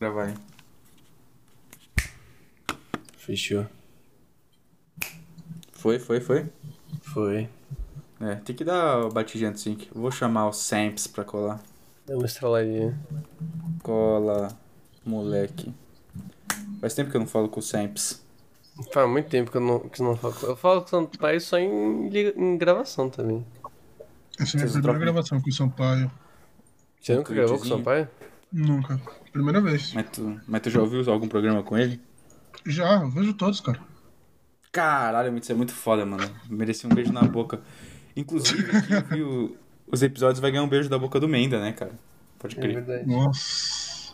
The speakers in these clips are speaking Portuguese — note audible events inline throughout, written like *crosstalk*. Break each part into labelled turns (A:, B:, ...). A: gravar.
B: Fechou.
A: Foi, foi, foi.
B: Foi.
A: É, tem que dar o batidinha de sync. Vou chamar o Samps pra colar.
B: Deu É uma estraladinha.
A: Cola, moleque. Faz tempo que eu não falo com o Samps.
B: Faz muito tempo que eu não, que eu não falo. com- Eu falo com o Sampaio só em, li- em gravação também.
C: Essa é a
A: Vocês trocam-
C: minha primeira gravação com o Sampaio.
B: Você nunca gravou com o
A: tweetzinho.
B: Sampaio?
C: Nunca. Primeira vez.
A: Mas tu, mas tu já ouviu algum programa com ele?
C: Já, eu vejo todos, cara.
A: Caralho, isso é muito foda, mano. Merecia um beijo na boca. Inclusive, quem viu os episódios vai ganhar um beijo da boca do Menda, né, cara? Pode
B: É
A: crer.
B: verdade.
C: Nossa.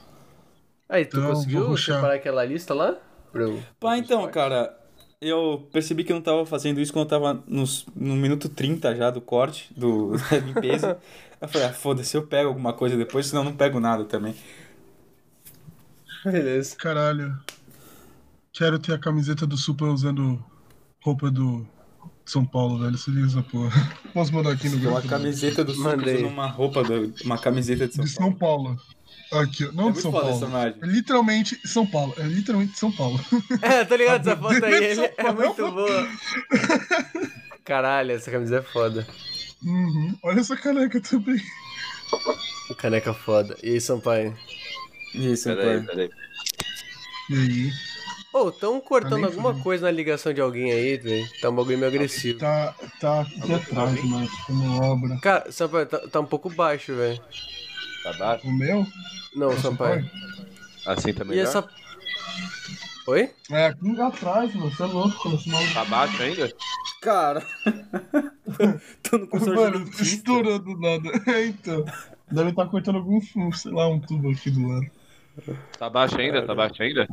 B: Aí, tu
C: Então, vou
B: conseguiu
C: ruxar.
B: separar aquela lista lá? Pra eu-
A: Pá, então, cara, eu percebi que eu não tava fazendo isso quando eu tava nos, no minuto 30 já do corte, do, *laughs* da limpeza. Eu falei, ah, foda-se, eu pego alguma coisa depois, senão eu não pego nada também.
B: Beleza.
C: Caralho. Quero ter a camiseta do Supla usando roupa do São Paulo, velho. Se liga essa porra. *laughs* Posso mandar aqui no
A: Deu uma
C: grupo? do-
A: camiseta do Sucos
B: Mandei.
A: usando uma roupa, do, uma camiseta de São
C: De São
A: Paulo.
C: Paulo. Aqui, ó.
A: É
C: não de
A: muito
C: São
A: foda
C: Paulo.
A: essa imagem.
C: É literalmente São Paulo. É literalmente São Paulo.
B: *laughs*
C: *laughs*
B: É, tá ligado essa foto aí?
C: Essa
B: ele- é
C: foto.
B: muito
C: *laughs*
B: boa. Caralho, essa camisa é foda.
C: Uhum. Olha essa caneca também.
B: Caneca foda. E aí, Sampaio?
A: Isso,
D: Peraí,
A: Antônio.
D: peraí.
C: E aí?
B: Ô, tão cortando
C: nem
B: alguma
C: fudendo.
B: coisa na ligação de alguém aí, velho. Tá um bagulho meio agressivo.
C: Tá, tá aqui atrás, mano. Como obra.
B: Cara, Sampaio, tá, tá um pouco baixo, velho.
D: Tá baixo?
C: O meu? É,
B: Não, Sampaio.
D: Assim tá
B: E
D: melhor?
B: essa. Oi?
C: É, aqui atrás, mano. Você é louco, mano. Esse maluco-
D: Tá baixo ainda?
A: Cara, *laughs* tô no consultório
C: Mano,
A: de dentista.
C: estourou do nada. *laughs* É, então. Deve estar cortando algum, fu- sei lá, um tubo aqui do lado.
D: Tá baixo ainda? Tá baixo ainda?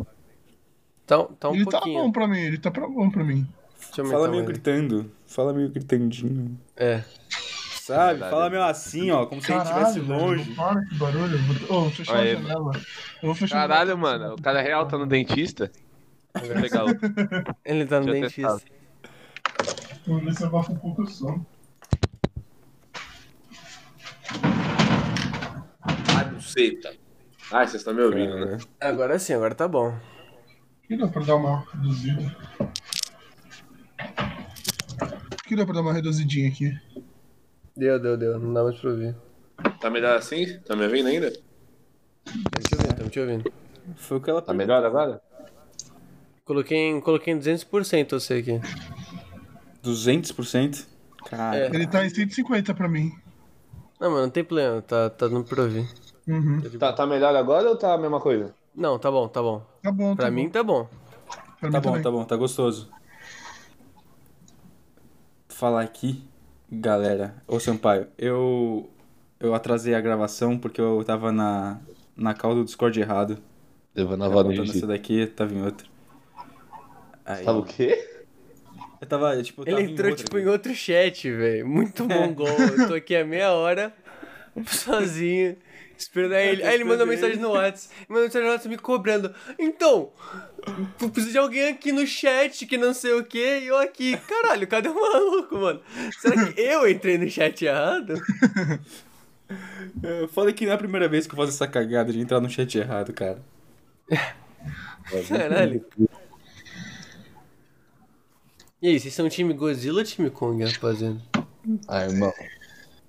B: Tá, tá um
C: ele tá
B: pouquinho.
C: bom pra mim, ele tá pra bom pra mim.
B: Deixa eu
A: Fala
B: aumentar
A: meio
B: mais.
A: gritando. Fala meio gritandinho.
B: É.
A: Sabe?
D: Verdade.
A: Fala meio assim, ó, como se a gente estivesse
C: Caralho, velho,
A: longe.
C: não para que barulho. Eu Vou, oh, vou fechar
D: Aí,
C: a janela. Eu vou fechar a
D: Caralho, mano. O cara real tá no dentista. Deixa eu pegar outro.
B: Ele tá no
D: Deixa eu
B: dentista.
C: Vou ver se abafa um pouco o som.
D: Ai, não sei, tá. Ai, vocês estão me ouvindo, né?
B: Agora sim, agora tá bom.
C: Que dá pra dar uma reduzida. Que dá pra dar uma reduzidinha aqui.
B: Deu, deu, deu. Não dá mais pra ouvir.
D: Tá melhor assim? Tá me ouvindo ainda?
B: Tá te ouvindo, tá te ouvindo.
A: Foi o que ela
D: Tá melhor agora?
B: Coloquei em, coloquei em 200% você aqui.
A: 200%? Cara.
C: Ele tá em 150 pra mim.
B: Não, mas não tem problema, tá, tá dando pra ouvir.
C: Uhum.
D: Tá, tá melhor agora ou tá a mesma coisa?
B: Não, tá bom, tá bom.
C: Tá bom, tá
B: Pra
C: bom.
B: mim tá bom.
A: Tá
C: pra mim
A: bom,
C: também.
A: tá bom, tá gostoso. Falar aqui, galera. Ô Sampaio, eu. Eu atrasei a gravação porque eu tava na. Na call do Discord errado.
D: Levando a
A: Botando essa daqui, tava em outra. Aí,
D: Tava o quê?
A: Eu tava, eu, tipo, eu tava
B: Ele entrou,
A: em outra,
B: tipo, em outro chat, velho. *laughs* Muito mongol. Eu tô aqui há meia *laughs* hora, sozinho, esperando aí ele. Aí ele manda uma mensagem no WhatsApp. Manda uma mensagem no WhatsApp me cobrando. Então, eu preciso de alguém aqui no chat que não sei o quê, e eu aqui. Caralho, cadê o maluco, mano? Será que eu entrei no chat errado?
A: Eu falei que não é a primeira vez que eu faço essa cagada de entrar no chat errado, cara.
B: Caralho. E aí, vocês são time Godzilla ou time Kong, rapaziada?
D: Ah, irmão.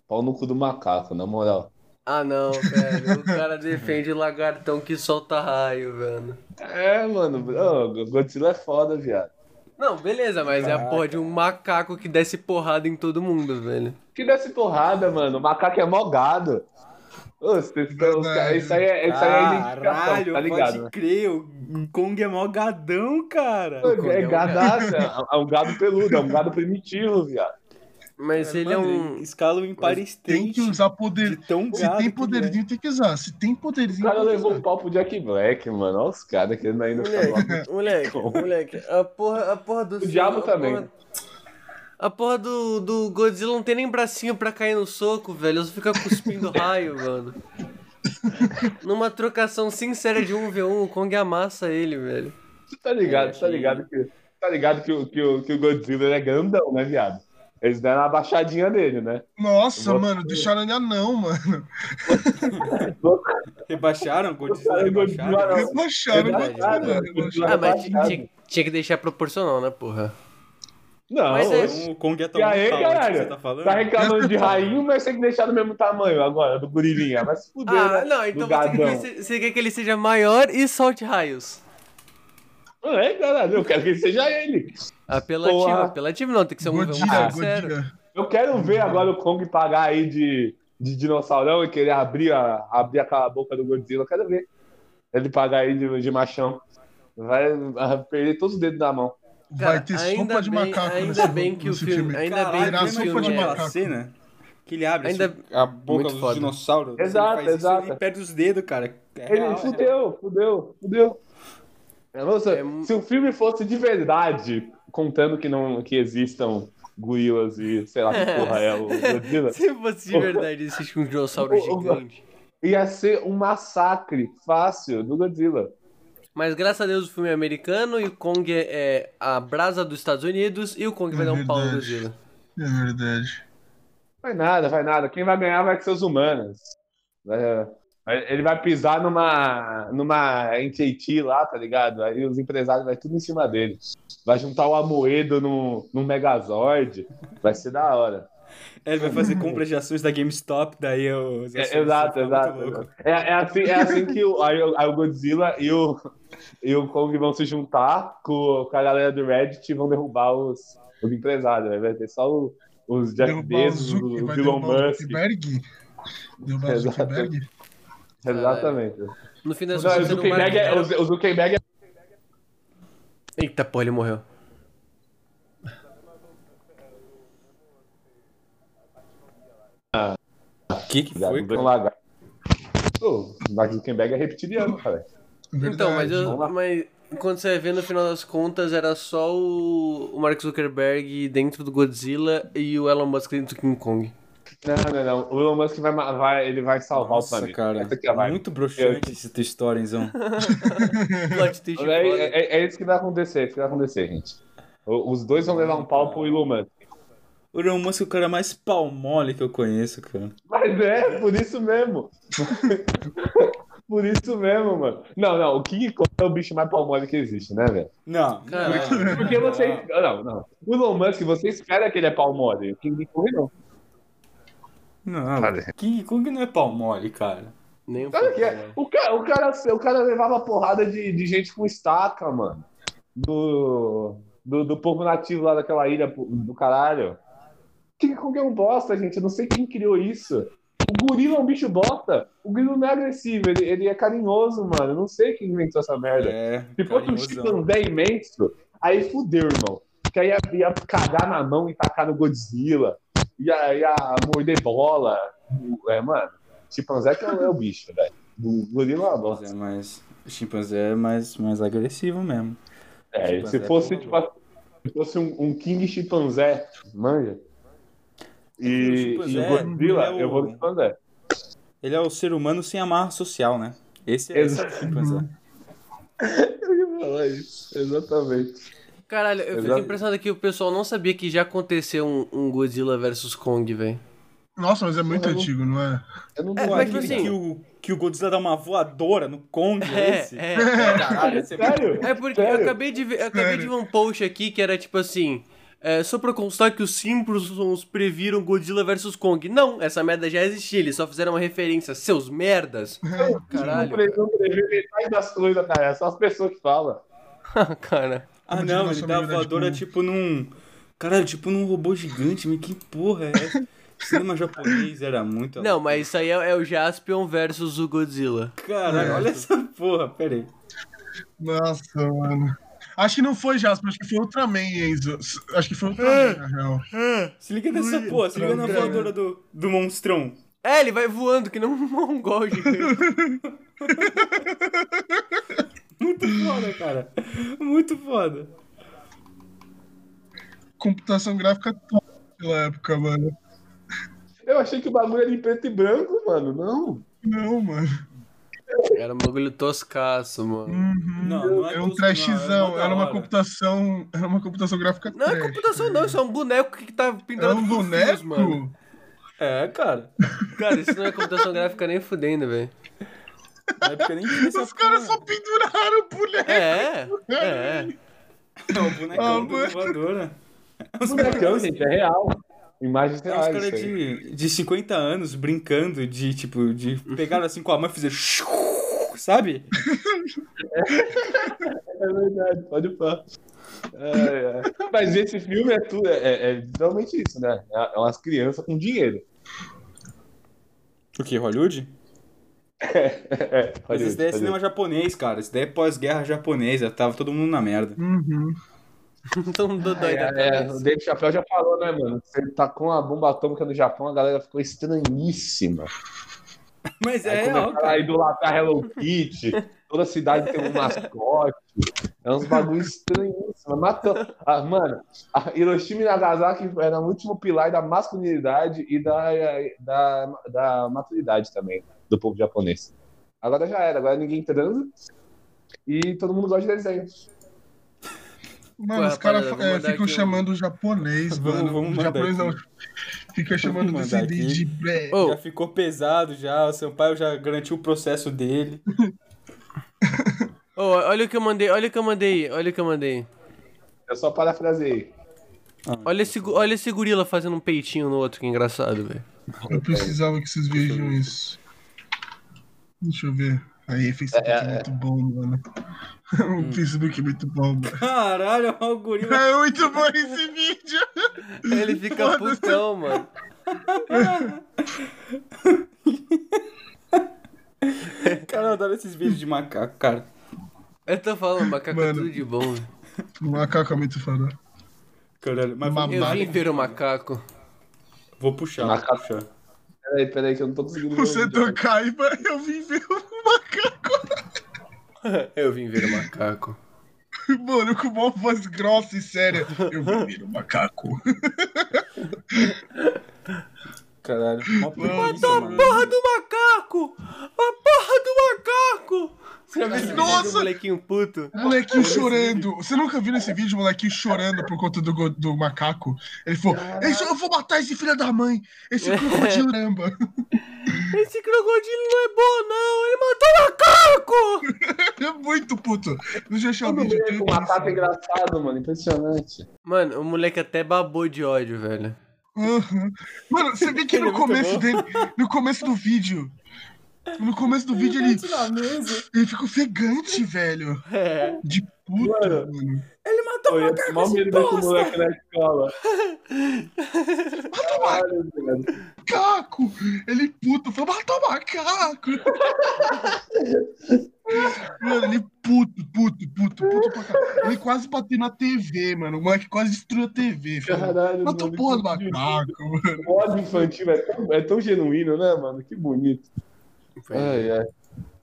D: Pau no cu do macaco, na moral.
B: Ah não, velho. O *laughs* cara defende lagartão que solta raio, velho.
D: É, mano. ô, Godzilla é foda, viado.
B: Não, beleza, mas é a porra de um macaco que desce porrada em todo mundo, velho.
D: Que desse porrada, mano. O macaco é mogado. Ô, vocês estão- os caras- isso aí é, isso aí é identificação, tá ligado?
A: pode crer, o Kong é mó gadão, cara.
B: Kong
D: É
B: é um
D: gadaça, é um gado peludo, é um gado primitivo, viado.
B: Mas ele é um.
A: Escala o Empire
C: Tem
A: State
C: que usar poder.
A: de tão
C: Se
A: gado
C: tem
A: que ele é.
C: poderzinho, tem que usar. Se tem
D: O
C: poderzinho.
D: cara
C: tem que
D: levou
C: usar.
D: um pau pro Jack Black, mano. Olha os caras querendo ainda *laughs* ficar
B: Moleque, moleque, moleque, a porra, a porra do.
D: diabo
B: a
D: também.
B: porra- a porra do, do Godzilla não tem nem bracinho pra cair no soco, velho. Só fica
D: *laughs*
B: cuspindo raio, mano. Numa trocação sincera de 1v1, o Kong amassa ele, velho.
D: Tá ligado, tá ligado que. Tá ligado que, o- que, o- que o Godzilla ele é grandão, né, viado? Eles deram uma baixadinha dele, né?
C: Nossa,
D: Vou-
C: mano, deixaram ele anão, mano.
A: Rebaixaram? Godzilla
D: Cara, Godzilla,
A: rebaixaram?
D: não.
C: Rebaixaram
A: Verdade,
C: Godzilla,
D: verdade.
C: rebaixaram.
B: Ah, mas ti- tinha, tinha que deixar proporcional, né, porra?
D: Não,
B: Mas é- um
D: oxe.
A: Então, o Kong é tão
D: E aí,
A: tamanho que
D: caralho?
A: você tá falando?
D: Tá reclamando de rainho, mas tem que deixar do mesmo tamanho agora, do gorilinha. Vai se fuder,
B: Ah,
D: né?
B: não,
D: Do
B: então você,
D: gadão.
B: quer que ele se- você quer que ele seja maior e solte raios.
D: Não é, caralho, eu quero que ele seja ele.
B: Apelativo,
D: Porra.
B: apelativo não, tem que ser um, um
C: Godzilla,
B: jogo sério.
C: Godzilla.
D: Eu quero ver agora o Kong pagar aí de, de dinossaurão e querer abrir, a, abrir aquela boca do Godzilla. Eu quero ver ele pagar aí de, de machão. Vai ah, perder todos os dedos na mão.
C: Vai
B: Cara,
C: ter
B: ainda
C: sopa de
B: bem-
C: macaco
B: ainda
C: nesse-
B: bem que o
C: nesse
B: filme- ainda bem
A: Caralho,
C: Virar
B: que o
A: lembra
C: sopa de
B: filme é-
A: daquela
C: macaco.
A: cena? assim, né? Que ele abre
B: Ainda-
A: assim, a boca
B: Muito
A: dos
B: foda.
A: dinossauros. assim,
D: Exato,
A: ele faz isso,
D: exato.
A: Ele perde os dedos, cara. É
D: Ele
A: real, é
D: fudeu, fudeu, fudeu. Nossa,
B: É mu-
D: se o filme fosse de verdade, contando que não que existam gorilas e sei
B: *laughs*
D: lá que porra é o Godzilla,
B: Se fosse de verdade, existe um dinossauro
D: Ô, ô,
B: gigante.
D: ia ser um massacre fácil do Godzilla.
B: Mas graças a Deus o filme é americano e o Kong é, é a brasa dos Estados Unidos e o Kong vai
C: É
B: dar um pau no
C: verdade.
B: Godzilla.
C: É verdade.
D: Vai nada, vai nada. Quem vai ganhar vai ser os humanos. Vai- é, Ele vai pisar numa, numa NTT lá, tá ligado? Aí os empresários vai tudo em cima dele. Vai juntar o Amoedo num, num Megazord. Vai ser da hora.
A: É, Ele vai fazer compras de ações da GameStop, daí eu. tá
D: É, exato,
C: tá
D: exato. É, é assim, é assim que o, aí o- aí o Godzilla e o, e o Kong vão se juntar com, com a galera do Reddit e vão derrubar os, os empresários. né? Vai ter só o- os Jeff
C: Derrubar o
D: Bezos,
C: Zuck,
D: É o
C: vai
D: Elon
C: derrubar o
D: Musk.
C: Zuckerberg. Derrubar o
D: Exato.
C: Zuckerberg.
D: Exatamente.
B: No fim das
D: Não, o,
B: contas, você não vai-
D: Zuckerberg é, o Z- o Zuckerberg é-
B: Eita porra, ele morreu.
A: O que, que foi?
D: um
A: cara?
D: lagarto. Ô, O Mark Zuckerberg é reptiliano, cara.
B: Então, mas,
C: Verdade.
B: eu-
D: vamos lá.
B: mas quando você vê no final das contas, era só o, o Mark Zuckerberg dentro do Godzilla e o Elon Musk dentro do King
D: *laughs*
B: Kong.
D: Não, não, não. O Elon Musk vai, ma- vai- ele vai salvar o
A: Nossa,
D: planeta.
A: cara.
D: Essa que é a vibe.
A: Muito broxante essa tua história, Enzão.
B: Plot twist
D: Mas aí,
B: foda.
D: é, é- é isso que vai acontecer, é isso que vai acontecer, gente. O- Os dois vão levar um pau pro Elon Musk.
A: O Elon Musk é o cara mais pau mole que eu conheço, cara.
D: Mas é, por isso mesmo. *laughs* por isso mesmo, mano. Não, não, o King Kong é o bicho mais palmole que existe, né, velho?
A: Não,
B: Caralho.
A: não.
D: Porque você. Não, não. O Elon Musk, você espera que ele é palmole. O King Kong não.
A: Não,
D: Cara.
A: King Kong não é pau mole, cara.
B: Nem um
D: Sabe o
B: pouco,
D: que é?
B: né?
D: O cara, o cara, o cara levava porrada de, de gente com estaca, mano. Do, do, do povo nativo lá daquela ilha do caralho. King Kong é um bosta, gente. Eu não sei quem criou isso. O gorila é um bicho bosta. O gorila não é agressivo, ele, ele é carinhoso, mano. Eu não sei quem inventou essa merda.
A: É,
D: Se fosse um
A: carinhosão.
D: chimpanzé imenso, aí fudeu, irmão. Que aí ia, ia cagar na mão e tacar no Godzilla. Ia, ia morder bola. É, mano. Chimpanzé que é o, é o bicho, velho. O Gorila é uma bosta.
A: Mas é mais. O chimpanzé é mais, mais agressivo mesmo.
D: É,
A: Chimpanzé
D: se fosse,
A: é
D: tipo, se fosse um, um King Chimpanzé, manja. E,
A: O
D: e
A: chimpanzé,
D: o Godzilla,
A: ele é o-
D: eu vou no Chimpanzé.
A: Ele é o ser humano sem amarra social, né? Esse é, esse é o
D: Exato.
A: chimpanzé.
B: Uhum.
D: Eu ia falar isso, exatamente.
B: Caralho, eu fico
D: Exato.
B: impressionado que o pessoal não sabia que já aconteceu um, um Godzilla versus Kong, velho.
C: Nossa, mas é muito
D: Porra, eu-
C: antigo, não é? *laughs*
D: Eu não
B: É,
A: Pô,
D: vou
B: mas,
A: aquele
B: tipo assim-
A: que, o, que o Godzilla dá uma voadora no Kong,
B: É,
A: esse?
B: *laughs* é.
A: Caralho, esse é muito
D: Sério?
B: É porque
D: Sério?
B: eu acabei de ver, eu acabei
C: Sério.
B: de ver um post aqui que era tipo assim. é, só pra constar que os Simpsons previram Godzilla vs Kong. Não, essa merda já existia, eles só fizeram uma referência. Seus merdas. Caralho.
D: Não pre- não previ metade das coisas, cara. É só as pessoas que falam.
B: *laughs* Cara.
A: Ah,
C: Como diz
A: não,
C: nosso
A: ele dá a
C: amigo
A: voadora
C: Deadpool.
A: tipo num. Caralho, tipo num robô gigante, mas que porra é essa? Cinema japonês era muito.
B: Não, mas isso aí é, é o Jaspion versus o Godzilla. é.
A: Caralho, olha essa porra, pera aí.
C: Nossa, mano. Acho que não foi Jasper, acho que foi Ultraman, Enzo. Acho que foi
D: É.
C: Ultraman, na real.
A: Se liga nessa porra, se liga na
C: Caralho.
A: voadora do, do monstrão.
B: É, ele vai voando que nem um *laughs* mongol gigante.
A: Muito foda, cara. Muito foda.
C: Computação gráfica top naquela época, mano.
D: Eu achei que o bagulho era em preto e branco, mano. Não.
C: Não, mano.
B: Era um bagulho toscaço, mano.
C: Uhum.
A: Não, não é
C: é um
A: tosco, não, é
C: trashzão,
A: mó da
C: era uma
A: hora.
C: computação. Era uma computação gráfica
B: Não é
C: trash.
B: computação, não, isso é um boneco que tá pintado
C: Era um
B: com fios,
C: boneco?
B: mano.
A: É, cara.
B: Cara, isso não é computação gráfica nem fudendo, velho.
A: Na época nem tinha essa
C: Os caras
A: porra.
C: só penduraram o boneco.
B: É, é. *laughs*
A: É o bonecão
C: Ah,
A: do
C: mano.
A: voador, *laughs* né? É uns
D: Bonecão,
A: bonecão,
D: gente, é real. Imagens
A: É uns
D: reais.
A: caras
D: isso aí.
A: de, de 50 anos brincando de, tipo, de pegaram assim com a mão e fizeram. *laughs* shoo, Sabe?
D: É verdade, pode pá. É, é. Mas esse filme é tudo, é, é, é literalmente isso, né? É, é umas crianças com dinheiro.
A: O que? Hollywood?
D: É,
A: Mas
D: olha
A: esse
D: isso,
A: daí é
D: olha
A: cinema japonês, cara. Esse daí é pós-guerra japonesa. Tava todo mundo na merda.
C: Uhum.
B: Então do doido
D: É,
B: da
A: né?
D: é, o
B: cabeça.
D: David Chappelle já falou, né, mano? Você tacou uma bomba atômica no Japão, a galera ficou estranhíssima.
A: Mas é
D: Aí
A: real,
D: começaram a
A: cara.
D: idolatrar Hello Kitty, toda cidade tem um mascote. É uns bagulho estranhíssimos. Matou. Ah, mano, a Hiroshima e Nagasaki era o último pilar da masculinidade e da, da, da maturidade também do povo japonês. Agora já era, agora ninguém transa e todo mundo gosta de desenho.
C: Mano,
B: Ué,
C: os
B: rapaziada,
C: caras fa-
B: vou
C: é,
B: mandar
C: ficam
B: aqui um-
C: chamando o japonês,
A: *laughs* Vamos-
C: mano.
A: vamos
C: O
A: mandar
C: japonês não.
A: aqui.
C: Fica chamando
A: Vamos
C: do
A: mandar
C: CD
A: aqui.
C: de. é,
B: Ô,
A: Já ficou pesado já. O Sampaio já garantiu o processo dele.
B: ô, olha o que eu mandei, olha o que eu mandei, olha o que eu mandei.
D: Eu só parafrasei.
B: Olha esse, gu- olha esse gorila fazendo um peitinho no outro, que engraçado, velho.
C: Eu precisava que vocês vejam isso. Deixa eu ver. Aí, Facebook é, muito bom, mano. *laughs*
A: Hum.
C: o Facebook é muito bom, mano. *laughs*
A: Caralho, olha o né? gorila.
C: É muito bom esse vídeo. *laughs*
B: Ele fica putão, mano.
A: *laughs* Cara, eu adoro esses vídeos de macaco, cara.
B: Eu tô falando, macaco é
C: Mano.
B: tudo de bom. velho.
C: O macaco é muito foda.
A: Caralho, mas vou,
C: Mamãe.
B: Eu
C: Vale.
B: vim ver o macaco. *laughs*
A: vou puxar. vou
D: Macaco.
A: puxar.
D: Peraí, peraí, que eu não tô conseguindo. ver o
C: Você
D: vídeo.
C: Kaiba, eu vim ver o macaco.
B: Eu vim ver o macaco.
C: Mano, com uma voz grossa e séria. Eu vim ver o macaco.
A: Caralho. Mó preguiça,
B: Matou a
A: mano.
B: porra do macaco! A porra do macaco! Você já viu esse vídeo do
C: Nossa!
B: molequinho puto?
C: Molequinho chorando. Você nunca viu nesse vídeo, molequinho chorando por conta do, go- do macaco? Ele falou: "Esse- Eu vou matar esse filho da mãe. Esse é um crocodilo lamba.
B: Esse crocodilo não é bom, não! Ele matou o macaco!
C: *laughs* É muito puto. Deixa eu achar o
D: Todo
C: vídeo.
D: mundo com macaco engraçado, mano. Impressionante.
B: Mano, o moleque até babou de ódio, velho.
C: Aham. Mano, você vê que
A: Ele é
C: no
A: muito
C: começo
A: bom.
C: dele, no começo do vídeo, no começo do vídeo ele,
A: Ele na mesa.
C: ele fica ofegante, velho.
B: É.
C: De puta,
D: Mano.
C: mano.
A: Ele matou
D: Foi
A: o
D: eu
A: macaco.
D: mal
A: esse
D: medo desse
A: bosta.
D: moleque na escola.
C: Macaco! Ele puto, falou, mata o macaco! mano, ele puto, puto, puto, puto pra caralho. Ele quase bateu na TV, mano. O moleque quase destruiu a TV, filho.
D: Caralho,
C: Mata o
D: mano,
C: porra do
D: que
C: macaco, mano.
D: O ódio infantil é tão, é tão genuíno, né, mano? Que bonito. Ai, ai.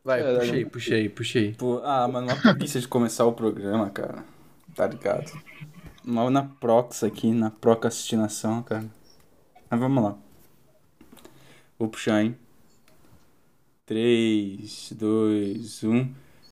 B: Vai,
D: Caralho.
B: puxei, puxei, puxei.
A: Pô, ah, mano, uma preguiça de começar o programa, cara. Tá ligado? Mal na prox aqui, na procrastinação, cara. Mas vamos lá. Vou puxar, hein? 3, 2, 1.